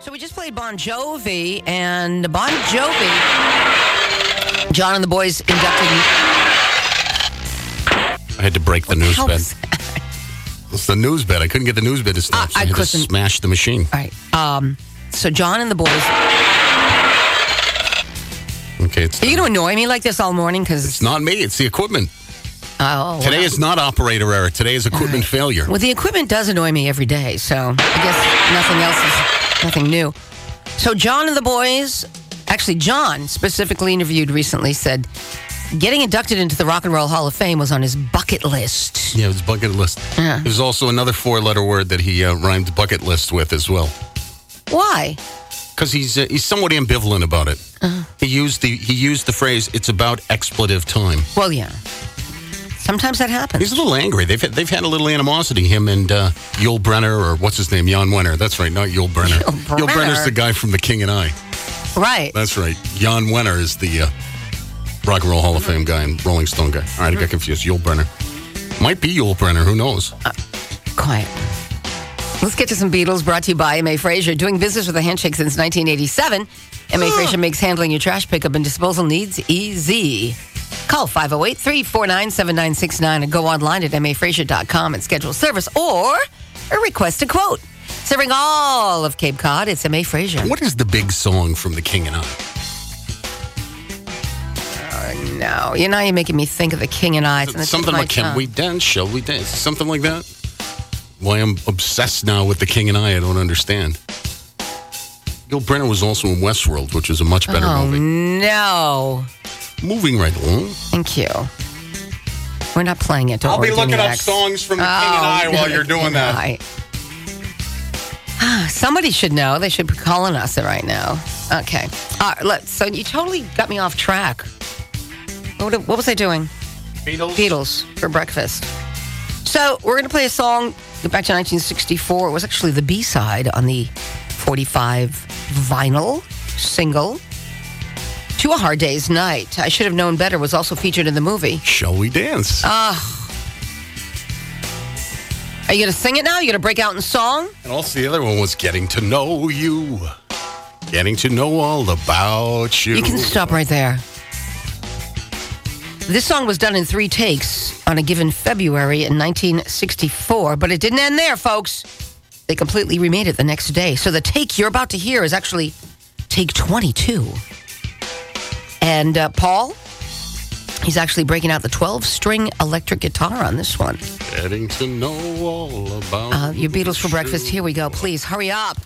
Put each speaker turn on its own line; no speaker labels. So we just played Bon Jovi, and Bon Jovi, John and the boys inducted.
I had to break the news
How
bed.
was-
It's the news bed. I couldn't get the news bed to stop. so
I
I, had to
couldn't-
smash the machine.
All right. Um, so John and the boys. Are
Okay, it's,
you going to annoy me like this all morning? Because
it's not me. It's the equipment.
oh,
Today is not operator error. Today is
Uh,
equipment failure.
well, the equipment does annoy me every day. So I guess nothing else is nothing new. So John and the boys, actually John specifically interviewed recently said getting inducted into the Rock and Roll Hall of Fame was on his bucket list.
Yeah, it was bucket list.
Yeah.
There's also another four-letter word that he uh, rhymed bucket list with as well,
Why?
because he's uh, he's somewhat ambivalent about it.
Uh-huh.
He used the he used the phrase "it's about expletive time."
Well, yeah. Sometimes that happens.
He's a little angry. They've had, they've had a little animosity. Him and uh, Yul Brenner, or what's his name, Jan Wenner. That's right, not Yul Brenner.
Yul Brynner.
Brenner's the guy from The King and I.
right.
That's right. Jan Wenner is the uh, Rock and Roll Hall of Fame guy and Rolling Stone guy. All right, I got confused. Yul Brenner might be Yul Brenner. Who knows?
Quiet. Let's get to some Beatles brought to you by M.A. Frazier. Doing business with a handshake since 1987, M.A. Frazier makes handling your trash pickup and disposal needs easy. Call 508 349 7969 and go online at mafrazier.com and schedule service or, or request a quote. Serving all of Cape Cod, it's M.A. Frazier.
What is the big song from The King and I?
No, you know, you're making me think of the King and I. It's on the tip
something
of my
like uh, can
tongue.
we dance shall we dance something like that why i'm obsessed now with the king and i i don't understand Gil Brenner was also in Westworld, which is a much better
Oh,
movie.
no.
Moving right along.
Thank you. We're not playing it. Don't worry, give me X.
from The
Oh, King and I. Ah, Somebody should know. They should be calling us right now. Okay. All right, look, so you totally got me off track. What, what was I doing?
Beatles.
Beatles for breakfast. So we're going to play a song go back to 1964. It was actually the B side on the 45 vinyl single. To a Hard Day's Night. I Should Have Known Better was also featured in the movie.
Shall we dance?
Are you going to sing it now? You going to break out in song?
and also, the other one was Getting to Know You. Getting to Know All About You.
You can stop right there. This song was done in three takes on a given February in 1964, but it didn't end there, folks. They completely remade it the next day. So the take you're about to hear is actually take 22. And uh, Paul, he's actually breaking out the 12 string electric guitar on this one.
Getting to Know All About
Uh, your Beatles for breakfast. Here we go. Please hurry up.